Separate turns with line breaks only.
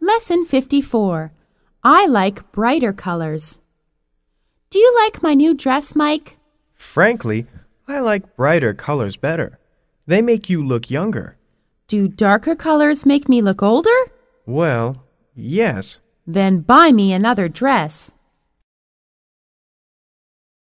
Lesson 54. I like brighter colors. Do you like my new dress, Mike?
Frankly, I like brighter colors better. They make you look younger.
Do darker colors make me look older?
Well, yes.
Then buy me another dress.